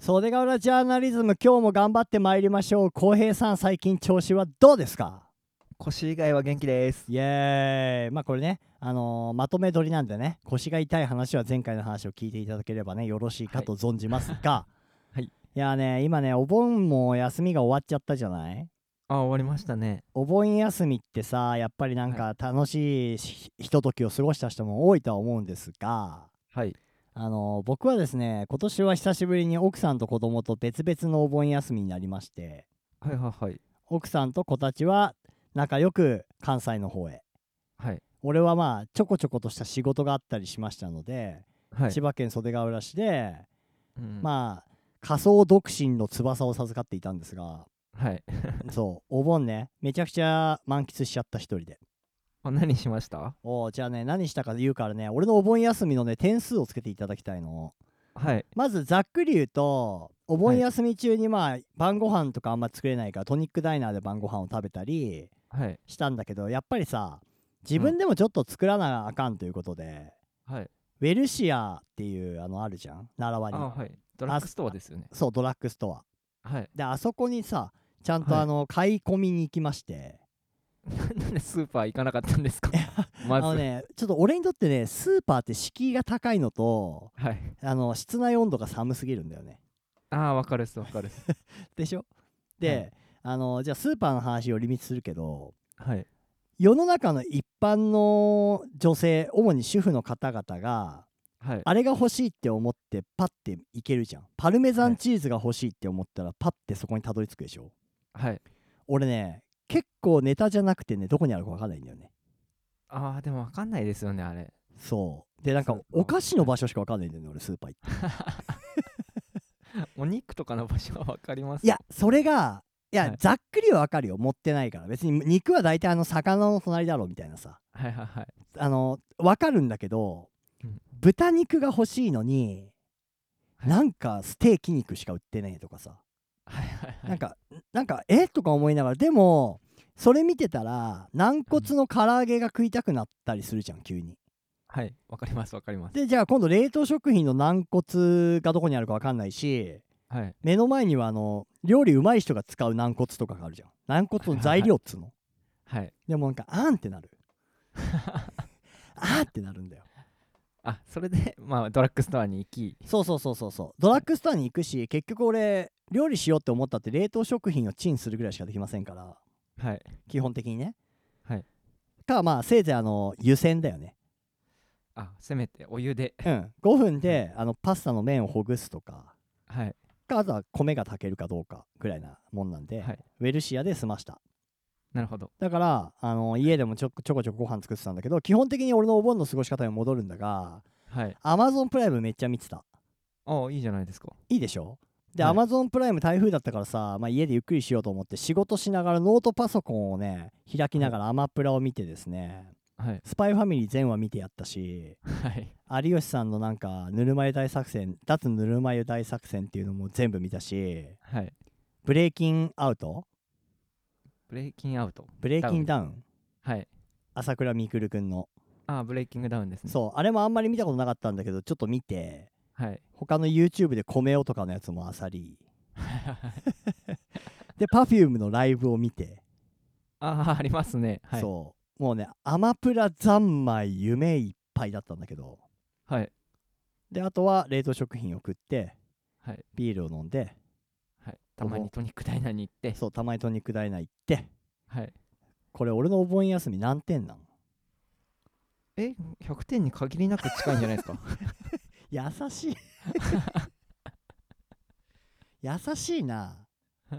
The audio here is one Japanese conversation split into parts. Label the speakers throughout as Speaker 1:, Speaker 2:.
Speaker 1: 袖ヶ浦ジャーナリズム今日も頑張ってまいりましょう浩平さん最近調子はどうですか
Speaker 2: 腰以外は元気です
Speaker 1: イエーイまあこれね、あのーまとめ撮りなんでね腰が痛い話は前回の話を聞いていただければねよろしいかと存じますが、
Speaker 2: はい
Speaker 1: いやね今ねお盆も休みが終わっちゃったじゃない
Speaker 2: あ終わりましたね
Speaker 1: お盆休みってさやっぱりなんか楽しいひひとときを過ごした人も多いとは思うんですが
Speaker 2: はい
Speaker 1: あのー僕はですね今年は久しぶりに奥さんと子供と別々のお盆休みになりまして
Speaker 2: はいはいはい
Speaker 1: 奥さんと子たちは仲良く関西の方へ
Speaker 2: はい
Speaker 1: 俺はまあちょこちょことした仕事があったりしましたので、
Speaker 2: はい
Speaker 1: 千葉県袖ヶ浦市で、
Speaker 2: うん
Speaker 1: まあ仮想独身の翼を授かっていたんです が
Speaker 2: はい
Speaker 1: そうお盆ねめちゃくちゃ満喫しちゃった一人で
Speaker 2: あ何しました
Speaker 1: おうじゃあね何したか言うからね俺のお盆休みのね点数をつけていただきたいの
Speaker 2: はい
Speaker 1: まずざっくり言うとお盆
Speaker 2: はい
Speaker 1: 休み中にまあ晩ご飯とかあんま作れないからトニックダイナーで晩ご飯を食べたり
Speaker 2: はい
Speaker 1: したんだけどやっぱりさ自分でもちょっと作らなあかんということで、
Speaker 2: はい
Speaker 1: ウェルシアっていうあのあるじゃん奈良
Speaker 2: あ
Speaker 1: 湾に
Speaker 2: はいドラッグストアですよね
Speaker 1: そうドラッグストア
Speaker 2: はい
Speaker 1: であそこにさちゃんと
Speaker 2: はい
Speaker 1: あの、買い込みに行きまして
Speaker 2: なんでスーパー行かなかったんですか
Speaker 1: あ
Speaker 2: まず
Speaker 1: のねちょっと俺にとってねスーパーって敷居が高いのと
Speaker 2: はい
Speaker 1: あの室内温度が寒すぎるんだよね
Speaker 2: ああわかるっすわかるっす
Speaker 1: でしょで、
Speaker 2: はい
Speaker 1: あのじゃあスーパーの話寄り道するけど
Speaker 2: はい
Speaker 1: 世の中の一般の女性主に主婦の方々が
Speaker 2: はい
Speaker 1: あれが欲しいって思ってパッていけるじゃんパルメザンチーズが欲しいって思ったらパッてそこにたどり着くでしょ
Speaker 2: はい
Speaker 1: 俺ね結構ネタじゃなくてねどこにあるか分かんないんだよね
Speaker 2: ああでもわかんないですよねあれ
Speaker 1: そうでなんか
Speaker 2: スーパー
Speaker 1: お菓子の場所しか分かんないんだよね俺スーパー行って
Speaker 2: お肉とかの場所はわかります
Speaker 1: いやそれがいや、
Speaker 2: はい
Speaker 1: ざっくりは分かるよ持ってないから別に肉は大体あの魚の隣だろうみたいなさ
Speaker 2: はいはいはい
Speaker 1: あの分かるんだけど、
Speaker 2: うん
Speaker 1: 豚肉が欲しいのになんかステーキ肉しか売ってねえとかさ、
Speaker 2: はいはいはい
Speaker 1: なんかなんかえとか思いながらでもそれ見てたら軟骨の唐揚げが食いたくなったりするじゃん急に
Speaker 2: はいわかりますわかります
Speaker 1: でじゃあ今度冷凍食品の軟骨がどこにあるか分かんないし
Speaker 2: はい
Speaker 1: 目の前にはあの料理うまい人が使う軟骨とかがあるじゃん軟骨の材料っつうの
Speaker 2: はい
Speaker 1: でもなんかあーんってな るあーってなるんだよ
Speaker 2: あそれでまあドラッグストアに行き
Speaker 1: そうそうそうそうそうドラッグストアに行くし結局俺料理しようって思ったって冷凍食品をチンするぐらいしかできませんから
Speaker 2: はい
Speaker 1: 基本的にね
Speaker 2: はい
Speaker 1: かまあせいぜいあの湯煎だよね
Speaker 2: あせめてお湯で
Speaker 1: うん5分であのパスタの麺をほぐすとか
Speaker 2: はい
Speaker 1: かあとは米が炊けるかどうかぐらいなもんなんで、
Speaker 2: はい
Speaker 1: ウェルシアで済ました
Speaker 2: なるほど
Speaker 1: だからあの家でもちょちょこちょこご飯作ってたんだけど基本的に俺のお盆の過ごし方に戻るんだが
Speaker 2: はい
Speaker 1: アマゾンプライムめっちゃ見てた
Speaker 2: あいいじゃないですか
Speaker 1: いいでしょで
Speaker 2: はい
Speaker 1: アマゾンプライム台風だったからさ、まあ、家でゆっくりしようと思って仕事しながらノートパソコンをね開きながらアマプラを見てですね
Speaker 2: は
Speaker 1: 「
Speaker 2: い
Speaker 1: スパイファミリー全話見てやったし
Speaker 2: はい
Speaker 1: 有吉さんのなんか「ぬるま湯大作戦」「脱ぬるま湯大作戦」っていうのも全部見たし
Speaker 2: はい
Speaker 1: 「ブレイキンアウト」
Speaker 2: ブレイキンアウト
Speaker 1: 「ブレイキンダウン」
Speaker 2: はい
Speaker 1: 朝倉未来くんの
Speaker 2: あブレイキングダウンですね
Speaker 1: そうあれもあんまり見たことなかったんだけどちょっと見て
Speaker 2: はい
Speaker 1: 他の YouTube で米オとかのやつもあさ りで Perfume のライブを見て、
Speaker 2: あありますねはい
Speaker 1: そうもうねアマプラ三昧夢いっぱいだったんだけど
Speaker 2: はい
Speaker 1: であとは冷凍食品を食って
Speaker 2: はい
Speaker 1: ビールを飲んで
Speaker 2: はいたまにトニックダイナーに行って
Speaker 1: そうたまにトニックダイナー行って
Speaker 2: はい
Speaker 1: これ俺のお盆休み何点なん
Speaker 2: え100点に限りなく近いんじゃないですか
Speaker 1: 優しい 優しいな
Speaker 2: はい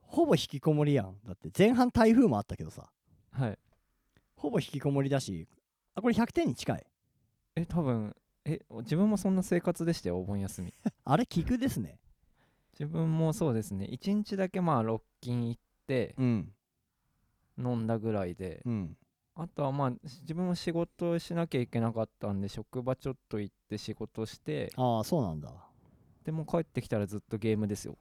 Speaker 1: ほぼ引きこもりやんだって前半台風もあったけどさ
Speaker 2: はい
Speaker 1: ほぼ引きこもりだしあこれ100点に近い
Speaker 2: え多分え自分もそんな生活でしたよお盆休み
Speaker 1: あれ聞くですね
Speaker 2: 自分もそうですね1日だけまあロッキン行って
Speaker 1: うん
Speaker 2: 飲んだぐらいで
Speaker 1: うん
Speaker 2: あとはまあし自分も仕事をしなきゃいけなかったんで職場ちょっと行って仕事して
Speaker 1: ああそうなんだ
Speaker 2: でもう帰ってきたらずっとゲームですよ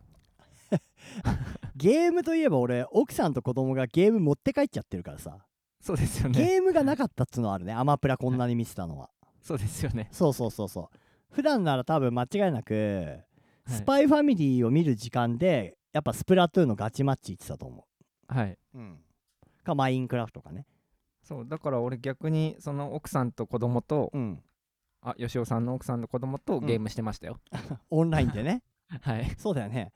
Speaker 1: ゲームといえば俺奥さんと子供がゲーム持って帰っちゃってるからさ
Speaker 2: そうですよね
Speaker 1: ゲームがなかったっつうのはあるねアマプラこんなに見てたのは
Speaker 2: そうですよね
Speaker 1: そうそうそうそう普段なら多分間違いなくスパイファミリーを見る時間でやっぱスプラトゥーンのガチマッチ行ってたと思
Speaker 2: はい。
Speaker 1: う、うん、かマインクラフトかね
Speaker 2: そう、だから俺逆に、その奥さんと子供と、
Speaker 1: うん
Speaker 2: あ、吉尾さんの奥さんと子供とゲームしてましたよ。
Speaker 1: オンラインでね
Speaker 2: はい。
Speaker 1: そうだよね、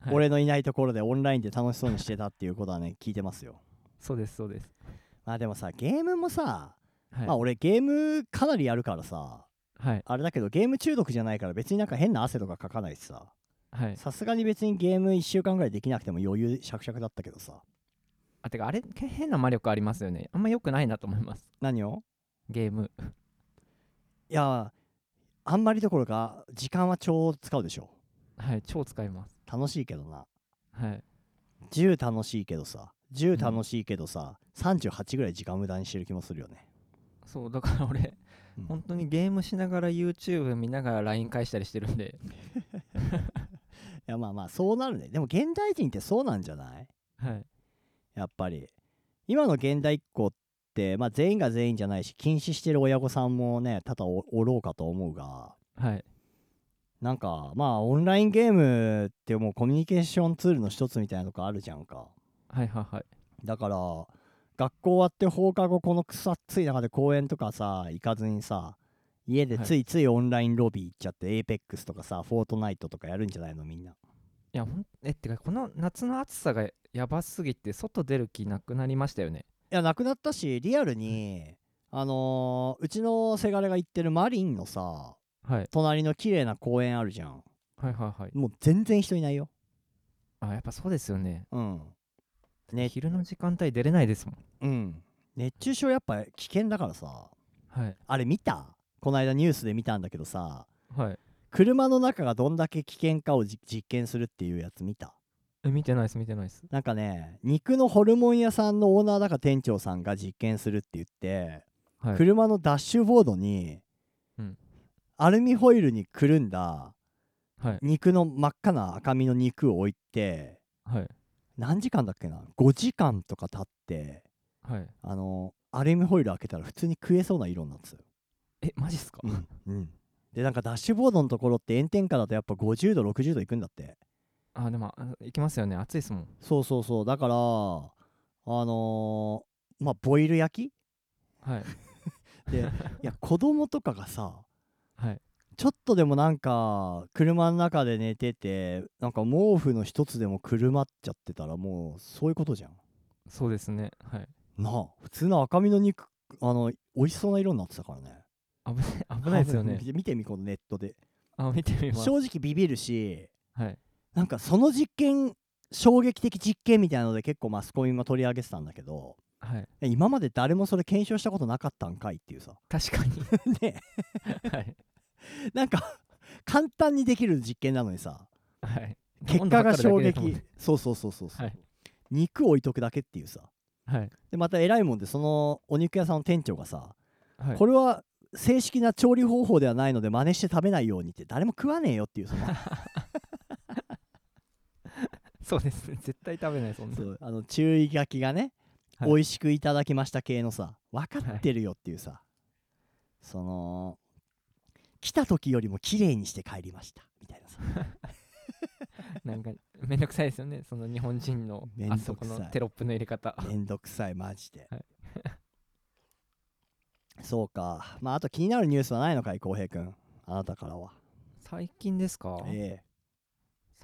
Speaker 2: はい
Speaker 1: 俺のいないところでオンラインで楽しそうにしてたっていうことは ね聞いてますよ
Speaker 2: そうです、そうです。
Speaker 1: まあでもさゲームもさ、
Speaker 2: はい。
Speaker 1: まあ俺ゲームかなりやるからさ
Speaker 2: はい。
Speaker 1: あれだけどゲーム中毒じゃないから別になんか変な汗とかかかないしさ
Speaker 2: はい。
Speaker 1: さすがに別にゲーム1週間ぐらいできなくても余裕しゃくしゃくだったけどさ
Speaker 2: あ、てか、あれ、け変な魔力ありますよね。あんま良くないなと思います。
Speaker 1: 何を
Speaker 2: ゲーム。
Speaker 1: いやあんまりどころか時間は超使うでしょ
Speaker 2: はい。超使います。
Speaker 1: 楽しいけどな
Speaker 2: はい。
Speaker 1: 10楽しいけどさ10
Speaker 2: ん
Speaker 1: 楽しいけどさ、38ぐらい時間無駄にしてる気もするよね
Speaker 2: そう、だから俺、
Speaker 1: うん
Speaker 2: 本当にゲームしながら YouTube 見ながら LINE 返したりしてるんで、
Speaker 1: いやまあまあそうなるねでも現代人ってそうなんじゃない
Speaker 2: はい。
Speaker 1: やっぱり今の現代っ子って、まあ、全員が全員じゃないし禁止してる親御さんもね多々おおろうかと思うが
Speaker 2: はい。
Speaker 1: なんかまあオンラインゲームってもうコミュニケーションツールの一つみたいなとこあるじゃんか
Speaker 2: はいはいはい。
Speaker 1: だから学校終わって放課後この草暑い中で公園とかさ行かずにさ家で
Speaker 2: はい
Speaker 1: ついついオンラインロビー行っちゃって、APEX とかさフォートナイトとかやるんじゃないのみんない
Speaker 2: やほんえってかこの夏の暑さがやばすぎて外出る気なくなりましたよね
Speaker 1: いやなくなったしリアルにあのーうちのせがれが行ってるマリンのさ
Speaker 2: はい
Speaker 1: 隣の綺麗な公園あるじゃん
Speaker 2: はいはいはい
Speaker 1: もう全然人いないよ
Speaker 2: あやっぱそうですよね
Speaker 1: うんね
Speaker 2: 昼の時間帯出れないですもん
Speaker 1: うん熱中症やっぱ危険だからさ
Speaker 2: はい
Speaker 1: あれ見たこの間ニュースで見たんだけどさ
Speaker 2: はい
Speaker 1: 車の中がどんだけ危険かをじ実験するっていうやつ見た
Speaker 2: え見てないです見てないです
Speaker 1: なんかね肉のホルモン屋さんのオーナーだか店長さんが実験するって言って、
Speaker 2: はい
Speaker 1: 車のダッシュボードに、
Speaker 2: うん
Speaker 1: アルミホイルにくるんだ
Speaker 2: はい
Speaker 1: 肉の真っ赤な赤身の肉を置いて
Speaker 2: はい
Speaker 1: 何時間だっけな5時間とか経って
Speaker 2: はい
Speaker 1: あのアルミホイル開けたら普通に食えそうな色になってたよ
Speaker 2: えマジっすか、
Speaker 1: うん、でなんかダッシュボードのところって炎天下だとやっぱ50度60度いくんだって
Speaker 2: あでもあ行きますよね暑いですもん
Speaker 1: そうそうそうだからあのーまあボイル焼
Speaker 2: はい
Speaker 1: きでい や子供とかがさ
Speaker 2: はい
Speaker 1: ちょっとでもなんか車の中で寝ててなんか毛布の一つでもくるまっちゃってたらもうそういうことじゃん
Speaker 2: そうですねはい
Speaker 1: なあ普通の赤身の肉あの美味しそうな色になってたからね
Speaker 2: 危ない危ないですよね
Speaker 1: 見 て見てみこのネットで
Speaker 2: あ見てみます
Speaker 1: 正直ビビるし
Speaker 2: はい
Speaker 1: なんかその実験衝撃的実験みたいなので結構マスコミも取り上げてたんだけど
Speaker 2: はい
Speaker 1: え今まで誰もそれ検証したことなかったんかいっていうさ
Speaker 2: 確 かに
Speaker 1: ね
Speaker 2: はい
Speaker 1: なんか 簡単にできる実験なのに さ
Speaker 2: はい
Speaker 1: 結果が衝
Speaker 2: 温度測るだけでいいと思う
Speaker 1: 撃そうそうそうそうそう、
Speaker 2: はい
Speaker 1: 肉置いとくだけっていうさ
Speaker 2: はい
Speaker 1: でまた偉いもんでそのお肉屋さんの店長がさ、
Speaker 2: はい
Speaker 1: これは正式な調理方法ではないので真似して食べないようにって誰も食わねえよっていうそ の
Speaker 2: そうですね絶対食べないそんな
Speaker 1: そうあの注意書きがね、
Speaker 2: はい
Speaker 1: 美味しくいただきました系のさ分かってるよっていうさ、その来た時よりも綺麗にして帰りましたみたいなさ
Speaker 2: なんかめんどくさいですよねその日本人の
Speaker 1: めんどく
Speaker 2: あ
Speaker 1: さい
Speaker 2: そこのテロップの入れ方
Speaker 1: めんどくさいマジで、
Speaker 2: はい
Speaker 1: そうかまああと気になるニュースはないのかい浩平君あなたからは
Speaker 2: 最近ですか
Speaker 1: え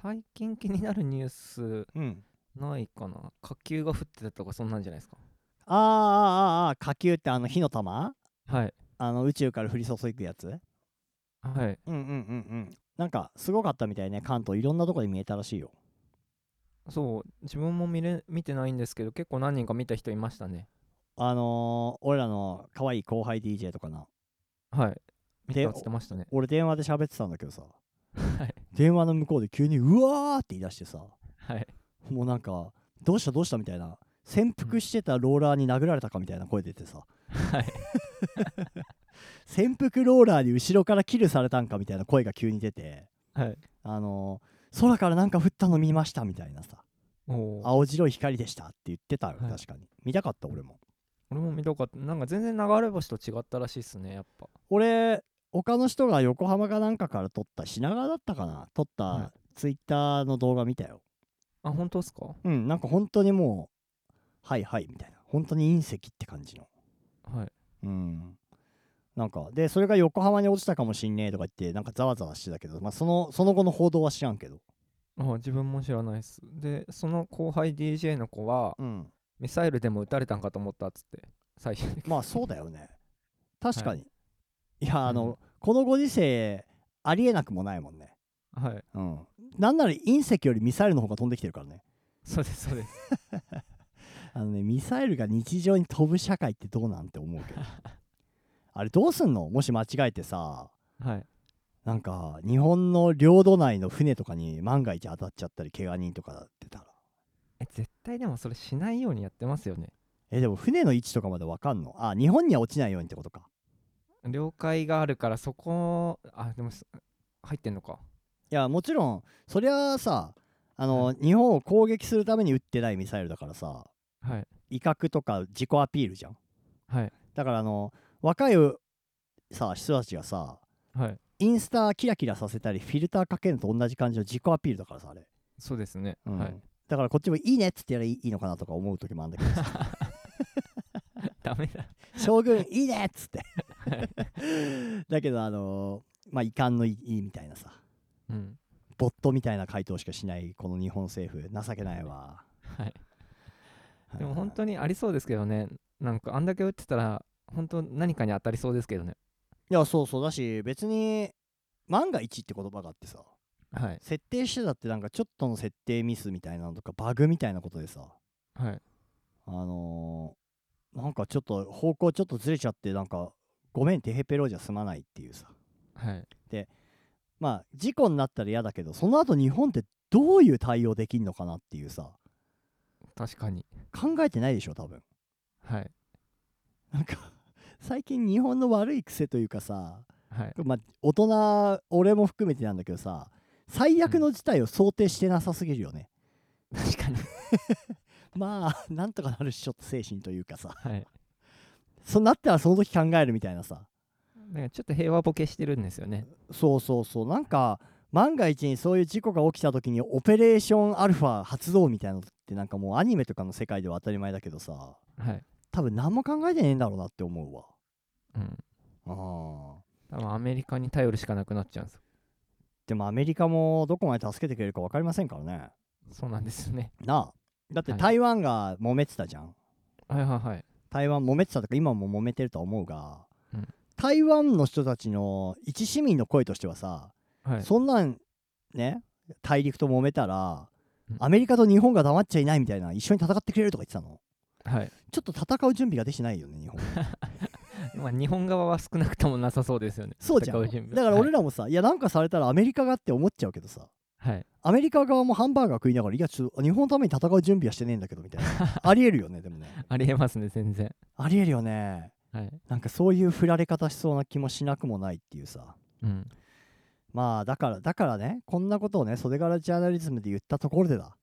Speaker 2: 最近気になるニュース
Speaker 1: えうん
Speaker 2: ないかな火球が降ってたとかそんなんじゃないですか
Speaker 1: あーあーあーあー火球ってあの火の玉
Speaker 2: はい
Speaker 1: あの宇宙から降り注ぐやつうんう
Speaker 2: はい
Speaker 1: んうんうんなんかすごかったみたいね関東いろんなとこで見えたらしいよ
Speaker 2: そう自分も見れ見てないんですけど結構何人か見た人いましたね
Speaker 1: あのー、俺らの可愛い後輩 DJ とかな
Speaker 2: はい見
Speaker 1: で
Speaker 2: たっつってましたね
Speaker 1: 俺電話で喋ってたんだ けどさ
Speaker 2: はい
Speaker 1: 電話の向こうで急に「うわ!」って言い出してさ
Speaker 2: はい
Speaker 1: もうなんか「どうしたどうした?」みたいな潜伏してたローラーに殴られたかみたいな声出てさ
Speaker 2: はい
Speaker 1: 潜伏ローラーに後ろからキルされたんかみたいな声が急に出て
Speaker 2: はい
Speaker 1: あのー、空からなんか降ったの見ましたみたいなさ
Speaker 2: おお
Speaker 1: 青白い光でしたって言ってたよ
Speaker 2: はい
Speaker 1: 確かに見たかった俺も
Speaker 2: 俺も見たかったなんか全然流れ星と違ったらしいっすねやっぱ
Speaker 1: 俺他の人が横浜かなんかから撮った品川だったかな撮っ
Speaker 2: は
Speaker 1: たツイッターの動画見たよ、
Speaker 2: あ本当ですか
Speaker 1: うんなんか本当にもうはいはいみたいな本当に隕石って感じの
Speaker 2: はい
Speaker 1: うんなんかでそれが横浜に落ちたかもしんねえとか言ってなんかざわざわしてたけど、まあ、そのその後の報道は知らんけど
Speaker 2: あ自分も知らないですでその後輩 DJ の子は
Speaker 1: うん
Speaker 2: ミサイルでも撃たれたんかと思ったっつって最初に
Speaker 1: まあそうだよね確かに、い、
Speaker 2: ん
Speaker 1: やあの、このご時世ありえなくもないもんね
Speaker 2: はい
Speaker 1: うんなんなら隕石よりミサイルの方が飛んできてるからね
Speaker 2: そうですそう です
Speaker 1: あのねミサイルが日常に飛ぶ社会ってどうなんて思う けどあれどうすんのもし間違えてさ
Speaker 2: はい
Speaker 1: なんか日本の領土内の船とかに万が一当たっちゃったり怪我人とかだってたら
Speaker 2: え絶対でもそれしないようにやってますよね
Speaker 1: えでも船の位置とかまでわかんのあ日本には落ちないようにってことか
Speaker 2: 了解があるからそこあでもす入ってんのか
Speaker 1: いやもちろんそりゃあさあの、日本を攻撃するために撃ってないミサイルだからさ
Speaker 2: は
Speaker 1: 威
Speaker 2: い
Speaker 1: 嚇とか自己アピールじゃん
Speaker 2: はい
Speaker 1: だからあの若いさ人たちがさ
Speaker 2: はい
Speaker 1: インスタキラキラさせたりフィルターかけるのと同じ感じの自己アピールだからさあれ、
Speaker 2: そうですね、
Speaker 1: うん
Speaker 2: はい
Speaker 1: だからこっちも「いいね」っつってやればいいのかなとか思う時もあるんだけど さ
Speaker 2: ダメだ
Speaker 1: 将軍「いいね」っつって だけどあのーまあ遺憾のいいみたいなさ
Speaker 2: うん
Speaker 1: ボットみたいな回答しかしないこの日本政府情けないわ
Speaker 2: はいでも本
Speaker 1: に
Speaker 2: 当にありそうですけどねなんかあんだけ打ってたら本当何かに当たりそうですけどね
Speaker 1: いやそうそうだし別に万が一って言葉があってさ
Speaker 2: はい
Speaker 1: 設定してたってなんかちょっとの設定ミスみたいなのとかバグみたいなことでさ
Speaker 2: はい
Speaker 1: あのーなんかちょっと方向ちょっとずれちゃってなんかごめんテヘペロじゃ済まないっていうさ
Speaker 2: はい
Speaker 1: まあ事故になったら嫌だけどその後日本ってどういう対応できんのかなっていうさ
Speaker 2: 確かに
Speaker 1: 考えてないでしょ多分
Speaker 2: はい
Speaker 1: なんか最近日本の悪い癖というかさ
Speaker 2: はい
Speaker 1: まあ大人俺も含めてなんだけどさ最悪の事態を想定してなさすぎるよね、
Speaker 2: 確かに
Speaker 1: まあ なんとかなるっしょって精神というかさ
Speaker 2: はい
Speaker 1: そうなったらその時考えるみたいなさ
Speaker 2: なんかちょっと平和ボケしてるんですよね
Speaker 1: そうそうそうなんか万が一にそういう事故が起きた時にオペレーションアルファ発動みたいなのってなんかもうアニメとかの世界では当たり前だけどさ
Speaker 2: はい
Speaker 1: 多分何も考えてねえんだろうなって思うわ
Speaker 2: うん
Speaker 1: ああ
Speaker 2: 多分アメリカに頼るしかなくなっちゃうんです
Speaker 1: でもアメリカもどこまで助けてくれるか分かりませんからね
Speaker 2: そうなんですね
Speaker 1: なあだって
Speaker 2: はい
Speaker 1: 台湾が揉めてたじゃん、
Speaker 2: はいはいはい
Speaker 1: 台湾揉めてたとか今も揉めてるとは思うが、
Speaker 2: うん
Speaker 1: 台湾の人たちの一市民の声としてはさ、
Speaker 2: はい
Speaker 1: そんなんね大陸と揉めたら
Speaker 2: うん
Speaker 1: アメリカと日本が黙っちゃいないみたいな一緒に戦ってくれるとか言ってたの
Speaker 2: はい
Speaker 1: ちょっと戦う準備ができてないよね日 本
Speaker 2: まあ日本側は少なくともなさそうですよね
Speaker 1: そうじゃ
Speaker 2: 戦
Speaker 1: ん
Speaker 2: 準備
Speaker 1: だから俺らもさ、い、やなんかされたらアメリカがって思っちゃうけどさ
Speaker 2: はい、はい
Speaker 1: アメリカ側もハンバーガー食いながらいやちょっと日本のために戦う準備はしてねえんだけどみたい なありえるよねでもね
Speaker 2: ありえますね全然
Speaker 1: ありえるよね
Speaker 2: はい
Speaker 1: なんかそういう振られ方しそうな気もしなくもないっていうさ
Speaker 2: うん
Speaker 1: まあだからだからねこんなことをね袖柄ジャーナリズムで言ったところでだ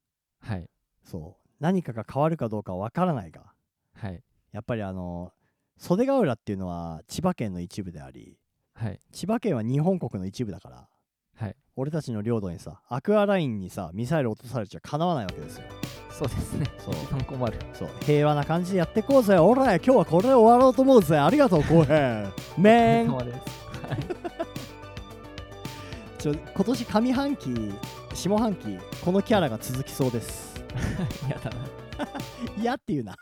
Speaker 2: はい
Speaker 1: そう何かが変わるかどうかは分からないが
Speaker 2: はい
Speaker 1: やっぱりあの袖ヶ浦っていうのは千葉県の一部であり
Speaker 2: はい
Speaker 1: 千葉県は日本国の一部だから
Speaker 2: はい
Speaker 1: 俺たちの領土にさアクアラインにさミサイル落とされちゃかなわないわけですよ
Speaker 2: そうですね
Speaker 1: そう
Speaker 2: 一番困る
Speaker 1: そう平和な感じでやってこうぜ俺ら今日はこれで終わろうと思うぜありがとう浩平 めん
Speaker 2: 困るです
Speaker 1: ちょ今年上半期下半期このキャラが続きそうです
Speaker 2: やだな
Speaker 1: 嫌っていうな